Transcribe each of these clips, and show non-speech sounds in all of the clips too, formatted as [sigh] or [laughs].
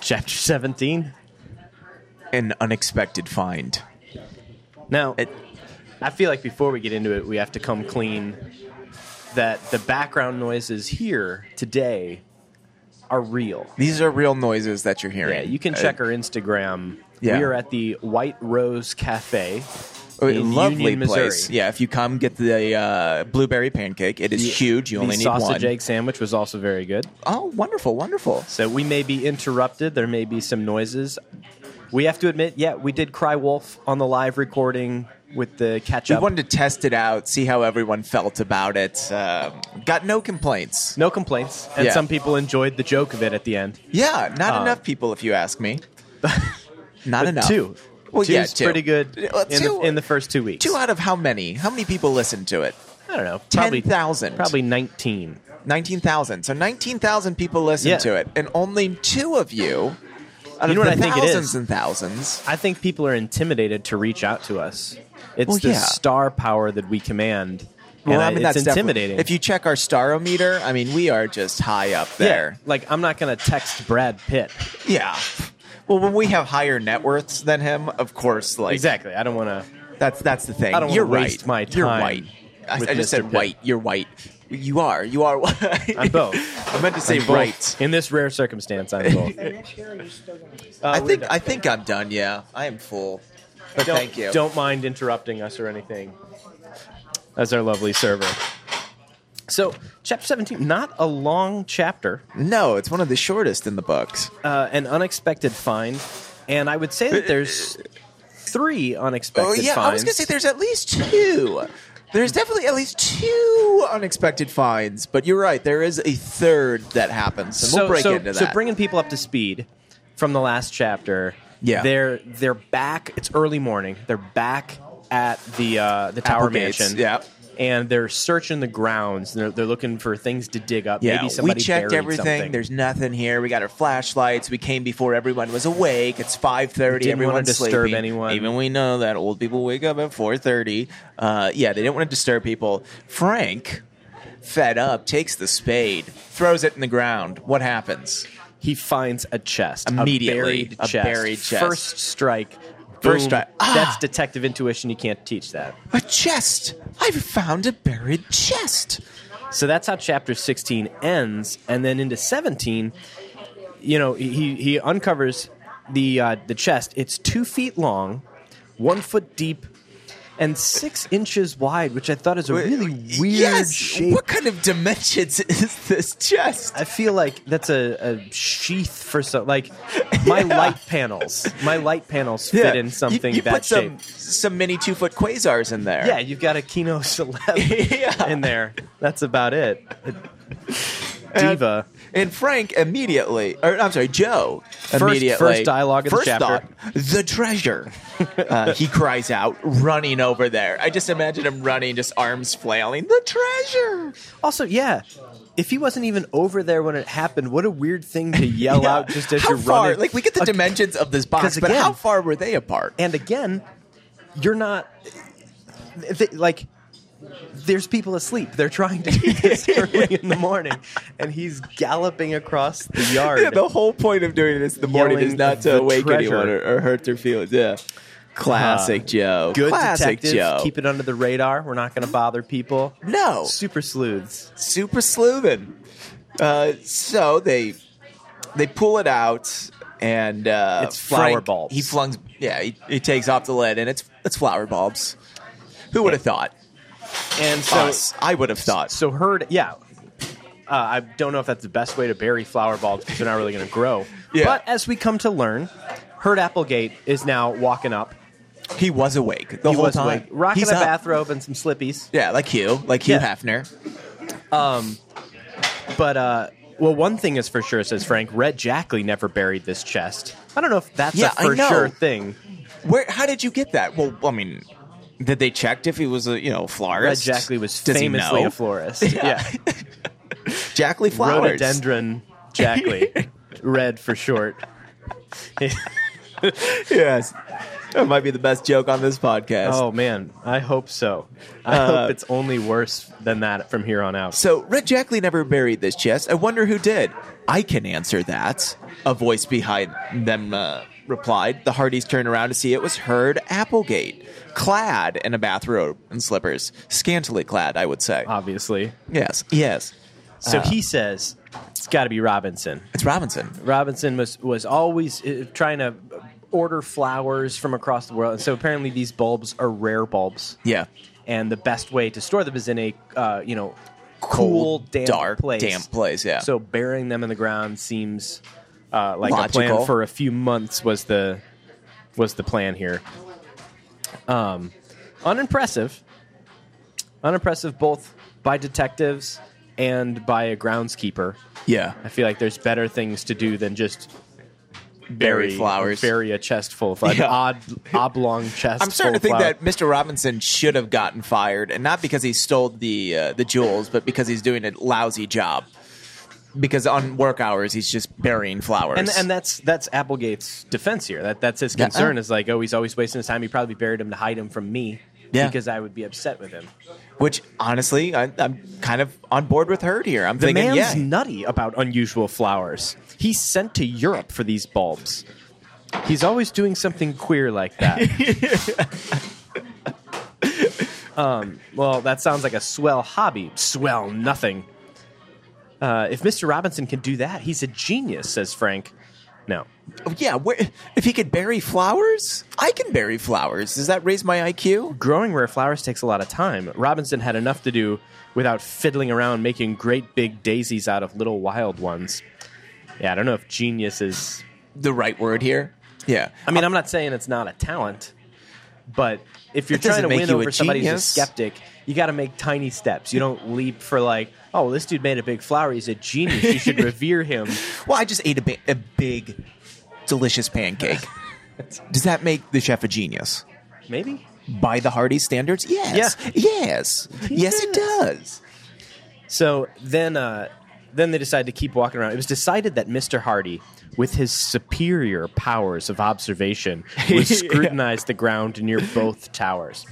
Chapter 17. An unexpected find. Now, I feel like before we get into it, we have to come clean that the background noises here today are real. These are real noises that you're hearing. Yeah, you can Uh, check our Instagram. yeah. We are at the White Rose Cafe. a in lovely Union, place. Missouri. Yeah, if you come get the uh, blueberry pancake, it is The- huge. You the only need sausage one. egg sandwich was also very good. Oh, wonderful, wonderful. So we may be interrupted. There may be some noises. We have to admit, yeah, we did cry wolf on the live recording with the catch We up. wanted to test it out, see how everyone felt about it. Um, got no complaints. no complaints, and Yeah. some people enjoyed the joke of it at the end. Yeah, not enough people, if you [laughs] ask me. not Uh, But enough. two, Well, Two's yeah, two. pretty good Uh, in, the, two- in the first two weeks. Two out of how many? How many people listened to it? I don't know, probably 10,000. probably nineteen. 19,000. So 19,000 people listened Yeah. to it, and only two of you out You know of what the I think it is? thousands and thousands. I think people are intimidated to reach out to us. It's Well, the yeah. star power that we command, and I- it's definitely- intimidating. If you check our starometer, I mean, we are just high up Yeah, there. like I'm not going to text Brad Pitt. Yeah. Well, when we have higher net worths than him, of course, like Exactly. I don't want to. that's that's the thing. I don't wanna You're right. waste my You're time white. I, with I just Mr. said Pitt. white. You're white. You are. You are white. I'm both. [laughs] I meant to say I'm both. right. In this rare circumstance, [laughs] I'm both. And next year, you're still going to. Uh, I we're think done. I think I'm done. Yeah, I am full. But don't, thank you. Don't mind interrupting us or anything. That's our lovely server. So, chapter 17, not a long chapter, No, it's one of the shortest in the books. uh, an unexpected find. And I would say that there's three unexpected Oh yeah, finds. I was gonna say there's at least two. There's definitely at least two unexpected finds, but you're right. There is a third that happens, and we'll break so, into that. So bringing people up to speed from the last chapter. Yeah. they're they're back. It's early morning. They're back at the uh, the Tower Apple Gates, Mansion. yeah. and they're searching the grounds. They're they're looking for things to dig up. yeah, Maybe somebody we checked buried everything. something. There's nothing here. We got our flashlights. We came before everyone was awake. It's five thirty. Didn't wanna Everyone's disturb sleeping. anyone. Even we know that old people wake up at four thirty. Uh, yeah, they didn't want to disturb people. Frank, fed up, takes the spade, throws it in the ground. What happens? he finds a chest, Immediately, a buried, a chest. buried chest. First strike. First Boom. strike. Ah! That's detective intuition. You can't teach that. A chest. I've found a buried chest. So that's how chapter 16 ends, and then into 17, you know, he he uncovers the uh, the chest. It's two feet long, one foot deep, and six inches wide, which I thought is a really weird yes. shape. What kind of dimensions [laughs] is this chest? I feel like that's a, a sheath for some like [laughs] my light panels. My light panels fit in something You, you that put shape. some some mini two foot quasars in there. Yeah, you've got a Kino [laughs] celeb Yeah. in there. That's about it. Diva. And Frank immediately, or I'm sorry, Joe immediately. first dialogue of the first chapter. Thought, the [laughs] treasure. uh, he cries out, running over there. I just imagine him running, just arms flailing. The treasure. Also, yeah, if he wasn't even over there when it happened, what a weird thing [laughs] to yell Yeah. out just as how you're far, running. Like we get the Ag- dimensions of this box, 'cause but again- how far were they apart? And again, you're not. th- like, there's people asleep. They're trying to do [laughs] this early in the morning, and he's galloping across [laughs] the yard. Yeah, the whole point of doing this in the morning Yelling is not to the awake treasure. anyone or, or hurt their feelings. Yeah. Classic Uh, Joe. Good Classic detectives Joe. Oh. keep it under the radar. We're not going to bother people. no. Super sleuths. Super sleuthin'. Uh, so they they pull it out and uh, It's flower Frank- bulbs. He flungs yeah, he, he takes off the lid and it's it's flower bulbs. Who would have thought? And so, Us. I would have thought. so heard. Yeah, uh, I don't know if that's the best way to bury flower bulbs because they're not really going to grow. Yeah. But as we come to learn, Herd Applegate is now walking up. he was awake the he whole was time. like rocking He's a up. bathrobe and some slippies. Yeah, like Hugh, like Hugh Yeah. Hefner. But uh, well, one thing is for sure, says Frank. Red Jackley never buried this chest. I don't know if that's Yeah, a I for know. sure thing. Where? How did you get that? Well, I mean, did they checked if he was a you know Red florist? Jackley was Does he famously know? a [laughs] florist. Yeah, Jackley flowers. rhododendron Jackley, red for short. [laughs] Yes. That might be the best joke on this podcast. Oh man, I hope so. I Uh, hope it's only worse than that from here on out. So Red Jackley never buried this chest. I wonder who did. I can answer that. A voice behind them uh, replied. The Hardys turned around to see it was Herd Applegate, clad in a bathrobe and slippers, scantily clad, I would Ah. say. Obviously, yes, yes. so he says it's got to be Robinson. It's Robinson. Robinson was was always uh, trying to order flowers from across the world, and so apparently these bulbs are rare bulbs, Yeah, and the best way to store them is in a uh, you know cool, Cold, damp dark, place. damp place, yeah. So burying them in the ground seems uh, like a Logical. plan for a few months was the was the plan here. Um, unimpressive, unimpressive both by detectives and by a groundskeeper. yeah. I feel like there's better things to do than just bury, flowers. bury a chest full of an [laughs] Yeah. odd oblong chest. I'm starting to full think of that Mr. Robinson should have gotten fired, and not because he stole the uh, the jewels, but because he's doing a lousy job. Because on work hours, he's just burying flowers. flowers. and and that's that's Applegate's defense here. That that's his Yeah. concern is like, oh, he's always wasting his time. He probably buried him to hide him from me Yeah. because I would be upset with him. Which honestly, I, I'm kind of on board with Herd here. I'm The thinking, man's yeah, nutty about unusual flowers. He's sent to Europe for these bulbs. He's always doing something queer like that. um, well, that sounds like a swell hobby. Swell nothing. Uh, if Mr. Robinson can do that, he's a genius, says Frank. No. Oh, yeah. Where, if he could bury flowers, I can bury flowers. Does that raise my IQ? Growing rare flowers takes a lot of time. Robinson had enough to do without fiddling around making great big daisies out of little wild ones. Yeah, I don't know if genius is The right word here. Yeah, I mean, I'm not saying it's not a talent, but if you're It trying doesn't to make win you a over somebody who's a genius. skeptic, you got to make tiny steps. You don't leap for like, oh, this dude made a big flower. He's a genius. You [laughs] should revere him. Well, I just ate a, ba- a big, [laughs] delicious pancake. Does that make the chef a genius? Maybe. By the Hardy standards, yes, Yeah. yes, yes, it does. So then, uh, then they decided to keep walking around. It was decided that Mr. Hardy, with his superior powers of [laughs] observation, would scrutinize the ground near both towers.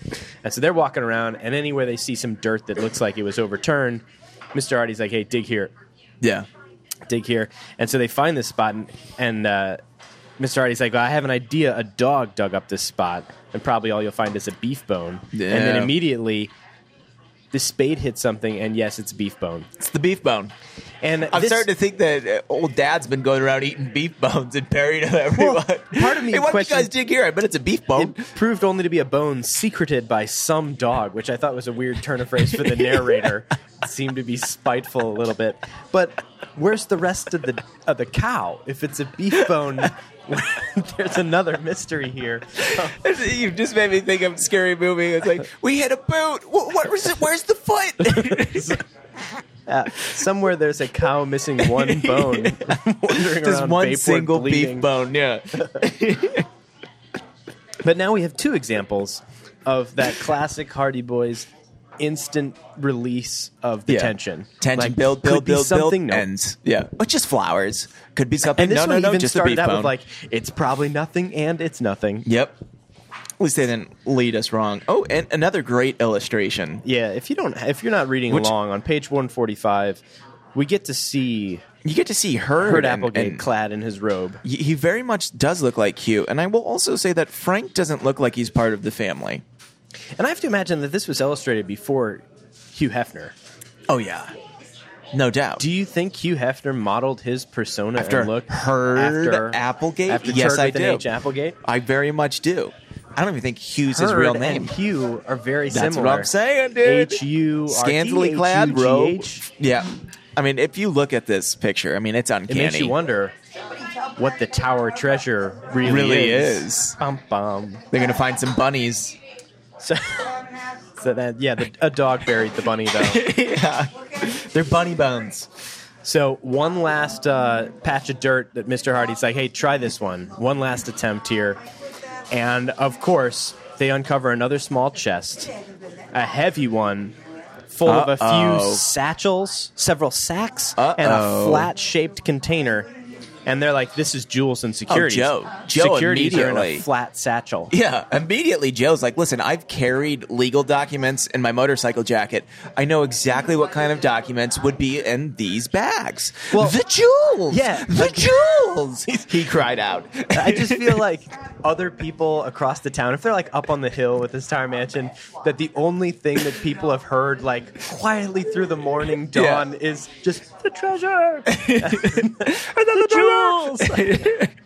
And so they're walking around, and anywhere they see some dirt that looks like it was overturned, Mr. Hardy's like, "Hey, dig here." Yeah, dig here. And so they find this spot, and, and uh, Mr. Hardy's like, well, I have an idea. A dog dug up this spot, and probably all you'll find is a beef bone. And then Yeah. immediately, the spade hits something, and yes, it's beef bone. it's the beef bone. And I'm this- starting to think that uh, old dad's been going around eating beef bones and buried everyone. part of me hey, what did you questions- guys dig here? I bet it's a beef bone. It proved only to be a bone secreted by some dog, which I thought was a weird turn of phrase for [laughs] the narrator. It seemed to be spiteful a little bit. But where's the rest of the of the cow? If it's a beef bone, [laughs] there's another mystery here. you just made me think of a scary movie. It's like we hit a boot. Wh- What was it? Where's the [laughs] foot? Uh, somewhere there's a cow missing [laughs] one bone, wandering Just around one Bayport single bleeding. beef bone. Yeah. But now we have two examples of that classic Hardy Boys instant release of the Yeah. tension. Tension Like, build, could build, be build, build, something, and no. ends. Yeah, but just flowers could be something. And this no, one no, no, even just a beef started out bone. with like, it's probably nothing and it's nothing. yep. At least they didn't lead us wrong. Oh, and another great illustration. Yeah, if you don't, if you're not reading Which- along on page 145, we get to see You get to see her Kurt and, Applegate and clad in his robe. he- he very much does look like Hugh. And I will also say that Frank doesn't look like he's part of the family. And I have to imagine that this was illustrated before Hugh Hefner. Oh yeah, no doubt. Do you think Hugh Hefner modeled his persona After and look Herd Applegate? After Yes, Turd I with an do. H, Applegate. I very much do. I don't even think Hugh's his Herd real name. And Hugh are very That's similar. what I'm saying, dude. H U R T H U G H. Scantily clad robe. Yeah. I mean, if you look at this picture, I mean, it's It uncanny. makes you wonder what the Tower treasure really, Really is. Bum bum. They're going to find some bunnies. So, [laughs] so that yeah, the, a dog buried the bunny though. yeah. They're bunny bones. So one last uh, patch of dirt that Mr. Hardy's like, hey, try this one. One last attempt here. And of course, they uncover another small chest, a heavy one, full of a Uh-oh. few satchels, several sacks, and Uh-oh. a flat shaped container. and they're like, "This is Jules and securities." Oh, Joe. Joe securities are in a immediately- flat satchel. Yeah, immediately Joe's like, listen, I've carried legal documents in my motorcycle jacket. I know exactly what kind of documents would be in these bags. Well- the jewels! Yeah. The [laughs] jewels! he cried [laughs] out. I just feel like other people across the town, if they're like up on the hill with this tower mansion, that the only thing that people have heard like quietly through the morning Yeah. dawn is just the treasure [laughs] and then the jewels.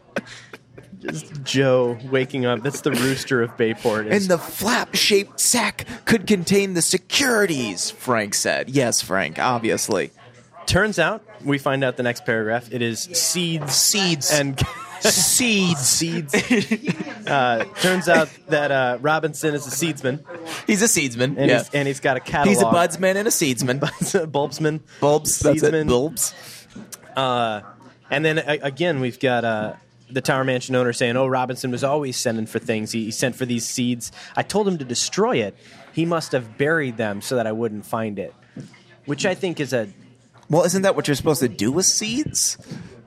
[laughs] just Joe waking up. That's the rooster of Bayport. And Is, the flap shaped sack could contain the securities, Frank said. Yes, Frank, obviously. turns out, we find out the next paragraph. It is seeds Seeds. and. [laughs] [laughs] seeds. [laughs] Seeds. Uh, turns out that uh, Robinson is a seedsman, He's a seedsman. and, yeah. he's, and he's got a catalog. He's [laughs] a budsman and a seedsman. bulbsman. Bulbs. That's it. Seedsman. Bulbs. And then a- again, we've got uh, the Tower Mansion owner saying, "Oh, Robinson was always sending for things. He, he sent for these seeds. I told him to destroy it. He must have buried them so that I wouldn't find it." Which I think is a Well, isn't that what you're supposed to do with seeds?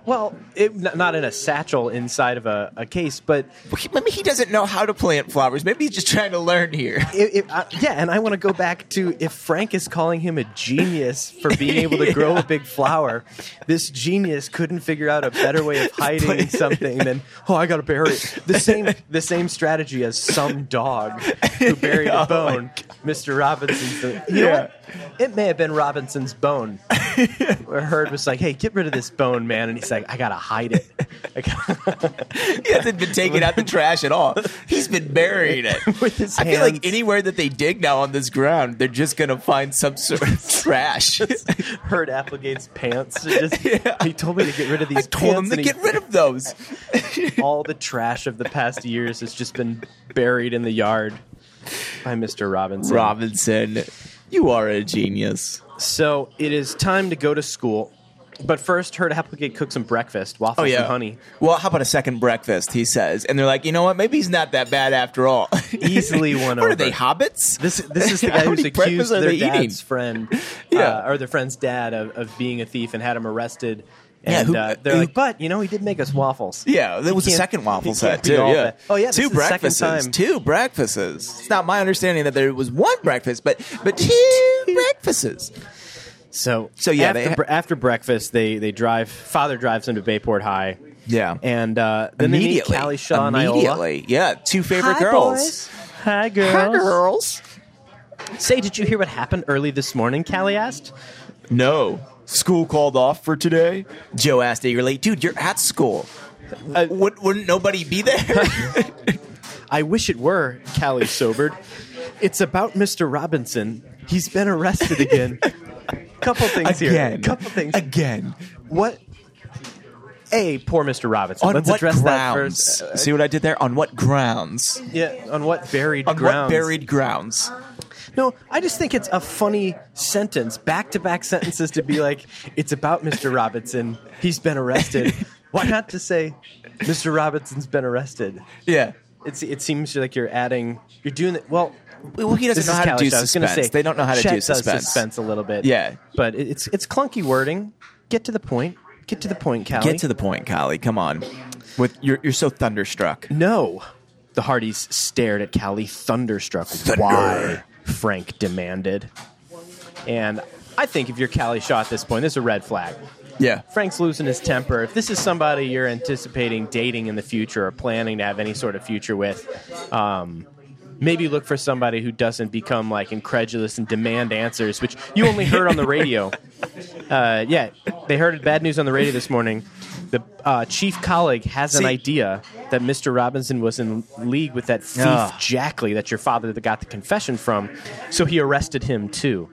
well, it, n- not in a satchel inside of a, a case, but Well, he- Maybe he doesn't know how to plant flowers. Maybe he's just trying to learn here. [laughs] it, it, I, uh, yeah. And I want to go back to if Frank is calling him a genius for being able to grow a big flower, this genius couldn't figure out a better way of hiding something than oh, I got to bury it. [laughs] The same the same strategy as some dog who buried [laughs] Oh a my bone. Mr. Robinson's. The, you know Yeah. what? It may have been Robinson's bone. Where Heard was like, "Hey, get rid of this bone, man," and he's like, "I gotta hide it." I [laughs] gotta- He hasn't been taking [laughs] out the trash at all. He's been burying [laughs] it. With his I feel like hands. anywhere that they dig now on this ground, they're just going to find some sort [laughs] of trash. Heard Applegate's pants. It [laughs] Just, He told me to get rid of these. I told pants them to and he- get rid of those. all the trash of the past years has just been buried in the yard by Mr. Robinson. Robinson, you are a genius. So it is time to go to school. But first, Heard Applegate cook some breakfast, waffles and honey. Oh, Well, how about a second breakfast? He says, and they're like, you know what? Maybe he's not that bad after all. [laughs] Easily won what over. are they hobbits? This, this [laughs] is the How guy who's many breakfasts accused are their they dad's eating? friend, [laughs] Yeah. uh, or their friend's dad, of, of being a thief and had him arrested. And Yeah, who- uh, they're who- like, but you know, he did make us waffles. Yeah, there was a can't- second [laughs] waffle he set can't be too. all Yeah. that. Oh, yeah, this two is the second breakfasts. time. Two breakfasts. It's not my understanding that there was one breakfast, but but two breakfasts. So, So, yeah, after, they- bre- after breakfast, they they drive. Father drives them to Bayport High, Yeah, and uh, then they meet immediately. Callie Shaw and Iola. immediately. Yeah, two favorite girls. Hi, girls. Hi, girls. Say, did you hear what happened early this morning? Callie asked. No, school called off for today. Joe asked eagerly, "Dude, you're at school. Uh, Would, wouldn't nobody [laughs] be there?" I wish it were, Callie sobered. It's about Mr. Robinson. He's been arrested [laughs] again. Couple things here. Couple things. Again. What? A, poor Mr. Robinson. On Let's what address grounds? that first. See what I did there? On what grounds? Yeah, on what buried On grounds? what buried grounds? No, I just think it's a funny sentence. Back to back sentences to be like, it's about Mr. Robinson. He's been [laughs] arrested. Why not to say, Mr. Robinson's been arrested? Yeah. It's, it seems like you're adding, you're doing it. Well, Well, he doesn't this know is how to Cali do Show. I was gonna suspense. say, they don't know how to Chet do does suspense. suspense a little bit. Yeah. but it, it's it's clunky wording. Get to the point. Get to the point, Callie. Get to the point, Collie. Come on. With you're you're so thunderstruck. no. The Hardys stared at Callie, thunderstruck. Thunder. Why? Frank demanded. And I think if you're Callie Shaw at this point, this is a red flag. Yeah. Frank's losing his temper. If this is somebody you're anticipating dating in the future or planning to have any sort of future with, um, maybe look for somebody who doesn't become like incredulous and demand answers, which you only heard on the [laughs] radio. Uh, yeah, they heard bad news on the radio this morning. The uh, chief colleague has an See- idea that Mr. Robinson was in league with that thief Ugh. Jackley that your father got the confession from, so he arrested him too.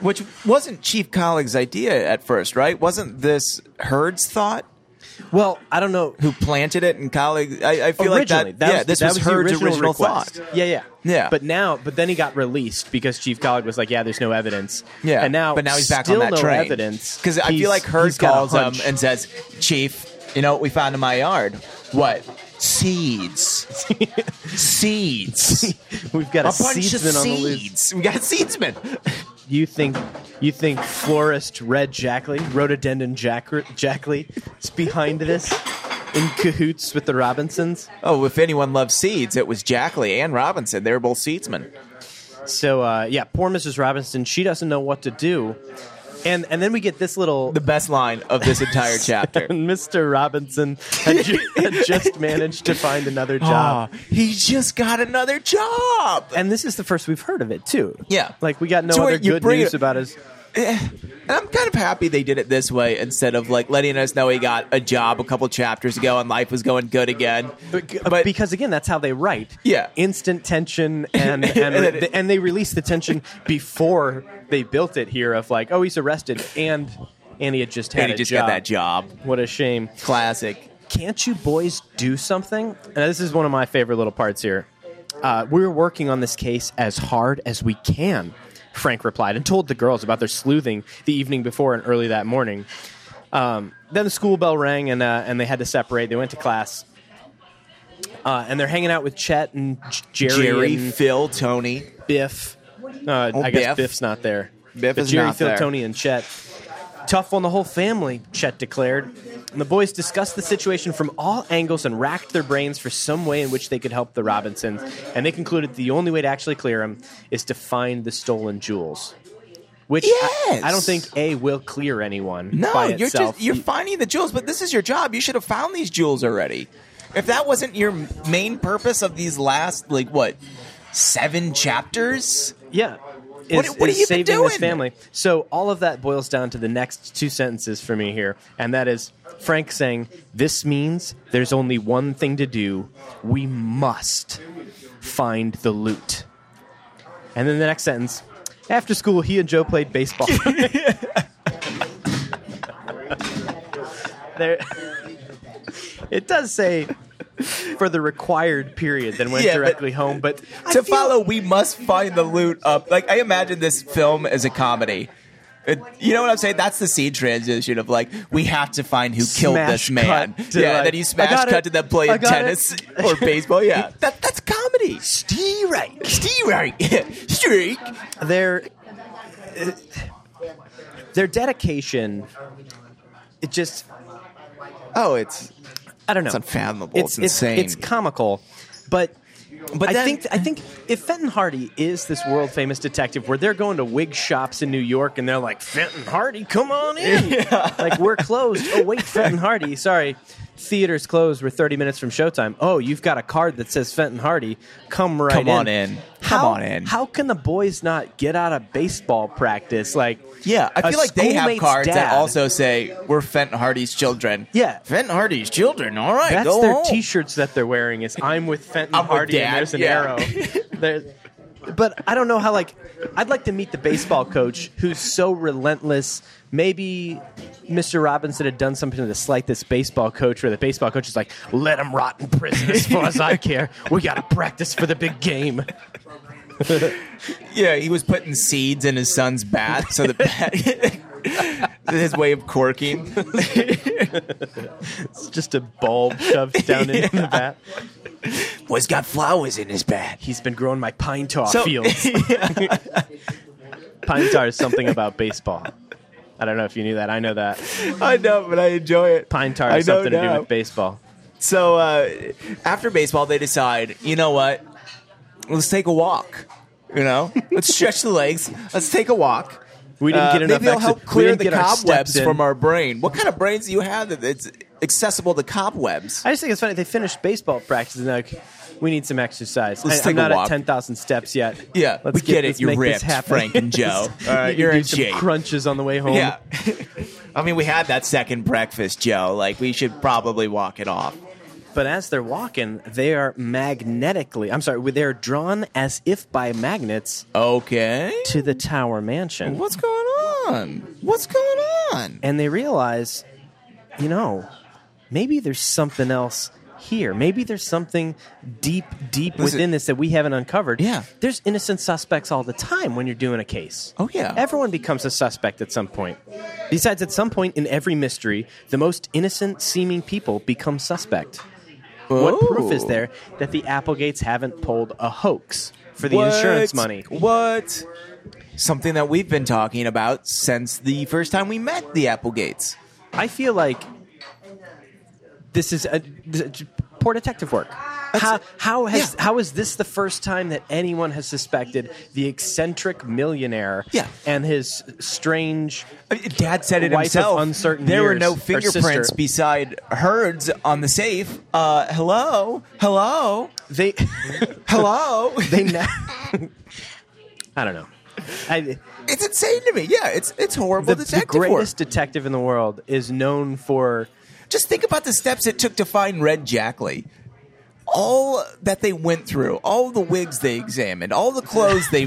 Which wasn't Chief Colleague's idea at first, right? Wasn't this Heard's thought? Well, I don't know Who planted it and colleague I, I feel like originally. that, yeah, was, this that the was, Heard's original, request. thought. Yeah, yeah, Yeah. But now, but then he got released because Chief Colleague was like, "Yeah, there's no evidence." Yeah. and now, but now he's back still on that no train. Evidence Because I He's- feel like he's Heard got a calls him hunch. and says, Chief, you know what we found in my yard? What? Seeds. [laughs] Seeds. we've got a, a bunch of seedsman on the loose. seeds. We got a seedsman. you think you think florist Red Jackley, rhododendron Jack- Jackley, is behind this in cahoots with the Robinsons? Oh, if anyone loved seeds, it was Jackley and Robinson. They were both seedsmen. So uh, yeah, poor Mrs. Robinson. She doesn't know what to do, and and then we get this little. The best line of [laughs] this entire chapter. Mr. Robinson had, [laughs] ju- had just managed to find another Ah, job, he just got another job. and this is the first we've heard of it too. Yeah. like we got no So wait, other you good bring news it- about his. And I'm kind of happy they did it this way instead of like letting us know he got a job a couple chapters ago and life was going good again. But uh, because again, that's how they write. Yeah. instant [laughs] tension, and and, And it- and they release the tension before they built it here. Of like, oh, he's arrested, and and he had just had and he a just job. got that job. What a shame! Classic. Can't you boys do something? And this is one of my favorite little parts here. Uh, we're working on this case as hard as we can. Frank replied and told the girls about their sleuthing the evening before and early that morning. Um, then the school bell rang and uh, and they had to separate. They went to class. Uh, and they're hanging out with Chet and J- Jerry, Jerry, and Phil, Tony. Biff. Uh, I guess Oh, Biff. Biff's not there. Biff but is Jerry, not Phil, there. Tony, and Chet. Tough on the whole family, Chet declared. And the boys discussed the situation from all angles and racked their brains for some way in which they could help the Robinsons. And they concluded the only way to actually clear them is to find the stolen jewels. Which I- Yes! I, don't think A will clear anyone No, by you're itself. just you're finding the jewels, but this is your job. You should have found these jewels already. If that wasn't your main purpose of these last like what seven chapters, Yeah. What- Is- what is have you been saving this doing? family. So all of that boils down to the next two sentences for me here, and that is Frank saying, "This means there's only one thing to do. We must find the loot." And then the next sentence, after school, he and Joe played [laughs] baseball. there, it does say for the required period, then went Yeah, but- directly home. But to I feel- follow, we must find the loot up. Like I imagine this film as a comedy. It- you know what I'm saying? That's the scene transition of like we have to find who killed Smash this man. cut to, Yeah, and like, then you smash I got cut it. to them playing I got tennis [laughs] it. or [laughs] baseball. Yeah, that, that's comedy. Steve Reich. Steve [laughs] right, streak. their their dedication it just Oh, it's i don't know It's unfathomable. It's insane. it's comical but but I then- think I think if Fenton Hardy is this world famous detective, where they're going to wig shops in New York and they're like, Fenton Hardy, come on [laughs] in, like we're closed. Oh wait, Fenton Hardy, sorry, theaters closed. We're thirty minutes from showtime. Oh, you've got a card that says Fenton Hardy. Come right, Come on in. Come How- on in. How can the boys not get out of baseball practice? Like, Yeah, I a feel like they have schoolmate's cards that dad- also say we're Fenton Hardy's children. Yeah. Fenton Hardy's children. All right, That's go their home. T-shirts that they're wearing. Is I'm with Fenton I'm with Hardy and Dad, there's an [laughs] yeah. arrow. There's, but I don't know how. Like, I'd like to meet the baseball coach who's so relentless. Maybe Mr. Robinson had done something to slight this baseball coach, where the baseball coach is like, "Let him rot in prison as far as I care. We got to practice for the big game." Yeah, he was putting seeds in his son's bat, so the bat. [laughs] his way of corking. It's just a bulb shoved down [laughs] into the bat. Boy's got flowers in his bat. He's been growing my pine tar So- fields. [laughs] pine tar is something about baseball. I don't know if you knew that. I know that. [laughs] I know, but I enjoy it. pine tar I has know something to now. do with baseball. So uh, after baseball, they decide, you know what? Let's take a walk. You know, let's stretch the legs. Let's take a walk. We didn't Uh, get enough. maybe it'll ex- help we clear didn't the get our steps cobwebs in. from our brain. What kind of brains do you have that it's accessible to cobwebs? I just think it's funny. They finished baseball practice and they're like, we need some exercise. Let's I, take I'm a not walk." at ten thousand steps yet. Yeah, let's we get it. let's You're make this ripped, happen. Frank [laughs] and Joe. All right, You can you're do in some shape. Crunches on the way home. Yeah. [laughs] I mean, we had that second breakfast, Joe. Like, we should probably walk it off. But as they're walking, they are magnetically. I'm sorry, they're drawn as if by magnets Okay. to the Tower Mansion, What's going on? What's going on? and they realize, you know, maybe there's something else here. Maybe there's something deep, deep Listen- within this that we haven't uncovered. Yeah. There's innocent suspects all the time when you're doing a case. Oh, yeah. Everyone becomes a suspect at some point. Besides, at some point in every mystery, the most innocent seeming people become suspect. What Oh. proof is there that the Applegates haven't pulled a hoax for the What? insurance money? What? Something that we've been talking about since the first time we met the Applegates. I feel like this is a, this is poor detective work. How, how has yeah. how is this the first time that anyone has suspected the eccentric millionaire Yeah. and his strange I mean, Uh, Dad said it Wife of himself. uncertain there were years, no or fingerprints sister. beside Herd's on the safe. Uh, hello, hello, they [laughs] hello. they na- I don't know. I, it's insane to me. Yeah, it's it's horrible the, the detective work. greatest detective in the world is known for Just think about the steps it took to find Red Jackley. All that they went through, all the wigs they examined, all the clothes they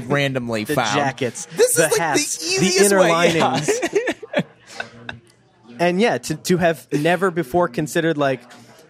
[laughs] randomly the found. jackets, This the is like hats, the the easiest inner way. linings. Yeah. and yeah to, to have never before considered like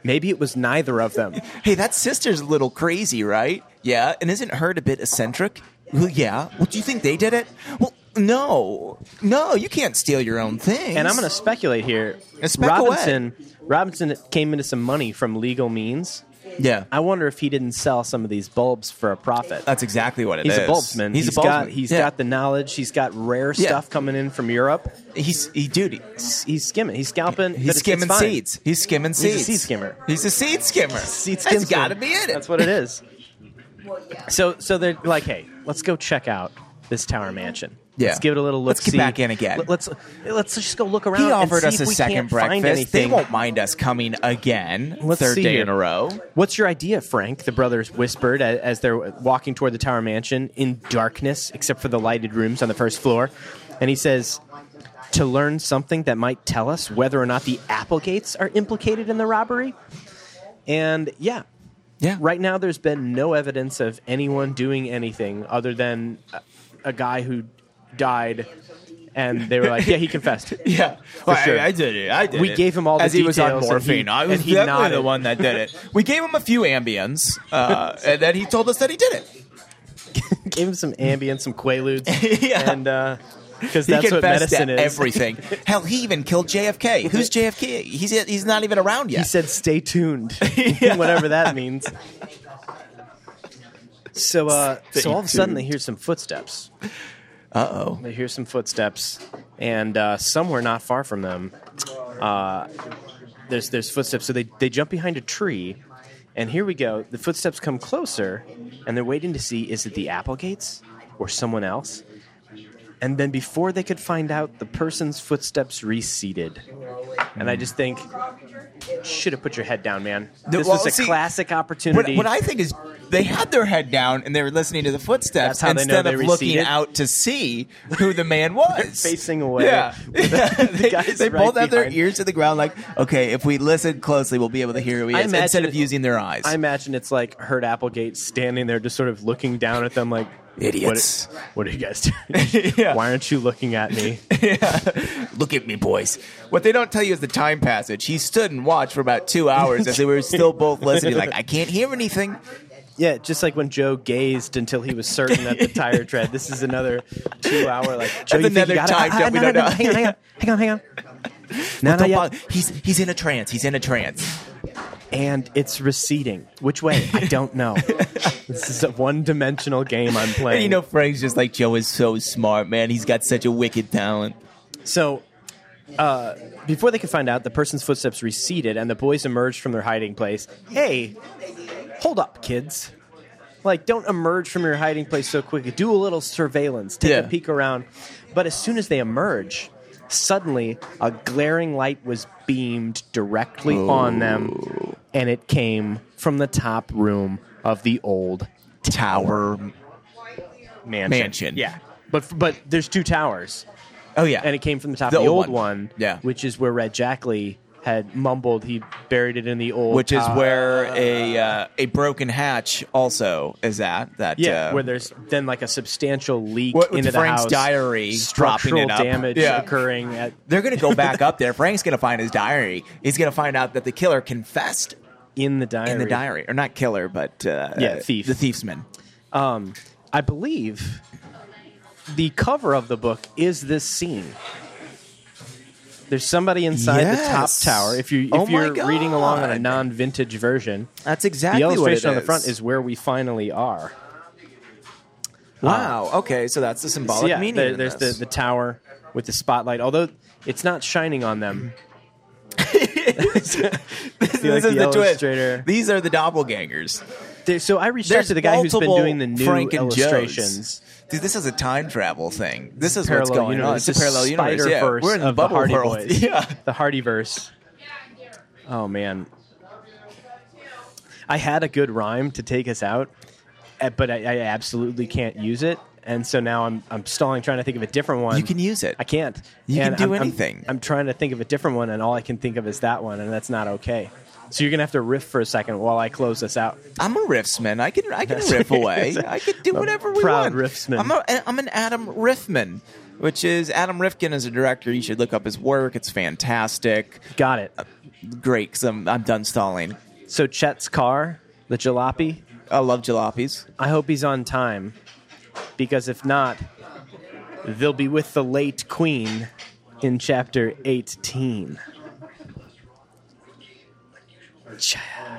maybe it was neither of them [laughs] hey, that sister's a little crazy, right? Yeah, and isn't Herd a bit eccentric? Well, yeah. Well, do you think they did it? Well, no, no, you can't steal your own things. and i'm going to speculate here And spec away. robinson robinson came into some money from legal means Yeah, i wonder if he didn't sell some of these bulbs for a profit that's exactly what it He's is. a bulbsman. Uh, He's, He's a bulbsman. got he's yeah. got the knowledge. He's got rare Yeah. stuff coming in from Europe. He's he, dude. He's, S- He's skimming. He's scalping. but it's- he's it's skimming fine. seeds. He's skimming a seeds. seed skimmer. He's a seed skimmer. Seed That's skimmer. got to be it. That's what it [laughs] is. So so they're like, hey, let's go check out this tower mansion. Yeah. Let's give it a little look. Let's get back in again. Let's let's just go look around. He offered and see us if a we second can't find breakfast. They anything. won't mind us coming again. Let's third see day here. in a row. What's your idea, Frank? The brothers whispered as, as they're walking toward the tower mansion in darkness, except for the lighted rooms on the first floor. And he says, "To learn something that might tell us whether or not the Applegates are implicated in the robbery." And yeah, Yeah. Right now, there's been no evidence of anyone doing anything other than a, a guy who died, and they were like, "Yeah, he [laughs] confessed." Yeah, I- sure. I did it. I did We it. gave him all the as he was on details and morphine. he- I was and he definitely nodded. the one that did it. We gave him a few ambience, uh, [laughs] and then he told us that he did it. Gave him some Ambien, some Quaaludes, [laughs] Yeah. and because He that's what confessed medicine to is. everything. [laughs] Hell, he even killed JFK. Who's JFK? He's he's not even around yet. He said, "Stay tuned," [laughs] [laughs] Yeah. whatever that means. So, uh, so all of a sudden, they tuned. hear some footsteps. "Uh oh, They hear some footsteps, and uh, somewhere not far from them, uh, there's there's footsteps. So they they jump behind a tree, and here we go. The footsteps come closer, and they're waiting to see is it the Applegates or someone else. And then before they could find out, the person's footsteps receded, and I just think, should have put your head down, man. The- This well, was a see, classic What, opportunity. what I think is they had their head down and they were listening to the That's footsteps how they know instead they of looking receded. out to see who the [laughs] man was. facing away. [laughs] [laughs] Yeah. [laughs] they guy's they right both have their behind. ears to the ground, like, okay, if we listen closely, we'll be able to hear who he I is instead imagine- of using their eyes. I imagine it's like Herd Applegate standing there, just sort of looking down at them, like Idiots. What, what are you guys [laughs] doing? [laughs] Yeah. Why aren't you looking at me? Look at me, boys. What they don't tell you is the time passage. He stood and watched for about two hours as [laughs] they were still both listening, like, I can't hear anything. [laughs] yeah, just like when Joe gazed until he was certain that the tire tread. This is another two-hour like Joe. you think another you got it? time I- I- jump we no, no, don't no, know. Hang on, hang on, hang on, hang on. No, no, Don't yeah. bother. He's he's in a trance. He's in a trance. And it's receding. Which way? I don't [laughs] know. this is a one-dimensional game I'm playing. And you know, Frank's just like Joe is so smart, man. He's got such a wicked talent. So, uh, before they could find out, the person's footsteps receded, and the boys emerged from their hiding place. Hey, hold up, kids! Like, don't emerge from your hiding place so quickly. Do a little surveillance, take Yeah. a peek around. But as soon as they emerge, suddenly a glaring light was beamed directly on Oh. them, and it came from the top room of the old Tower. mansion. Mansion. Yeah, but but there's two towers. Oh yeah, and it came from the top The of the old old, one. one. Yeah. which is where Red Jackley had mumbled he buried it in the old, which is uh, where a uh, a broken hatch also is at that. yeah, uh, where there's then like a substantial leak What- with into the Frank's house, diary structural propping it up. damage Yeah. occurring at. they're gonna go back [laughs] up there. Frank's gonna find his diary. He's gonna find out that the killer confessed In the diary. in the diary, or not killer, but uh, Yeah, thief. the thiefsman. Um, I believe the cover of the book is this scene. There's somebody inside Yes. the top tower. If you if Oh my you're reading along on a God. non-vintage version, That's exactly the what it illustration on the is. front is where we finally are. Wow. okay, so that's the symbolic So, yeah, meaning. there- in there's this. the, the tower with the spotlight, although it's not shining on [laughs] them. this like is the the twist. illustrator. These are the doppelgangers. There, so I reached out to the guy who's been multiple doing the new Frank and illustrations. Joes. Dude, this is a time travel thing. This is what's Parallel going on. universe. It's a This parallel universe. Yeah, Spider-Verse we're in of the bubble Hardy world. Boys. [laughs] Yeah. [laughs] the Hardyverse. Oh man, I had a good rhyme to take us out, eh, but I, I absolutely can't use it, and so now I'm I'm stalling trying to think of a different one. You can use it. I can't. You can And do I'm- I'm- anything. I'm, trying to think of a different one, and all I can think of is that one, and that's not okay. So you're gonna have to riff for a second while I close this out. I'm a riffsman. I can I can That's- riff away. I can do A whatever we proud want. riffsman. I'm, a, I'm an Adam Riffman, which is Adam Rifkin is a director. You should look up his work. It's fantastic. Got it. Great, because I'm, I'm done stalling. So Chet's car, the jalopy. I love jalopies. I hope he's on time, because if not, they'll be with the late queen in chapter 18. Cha.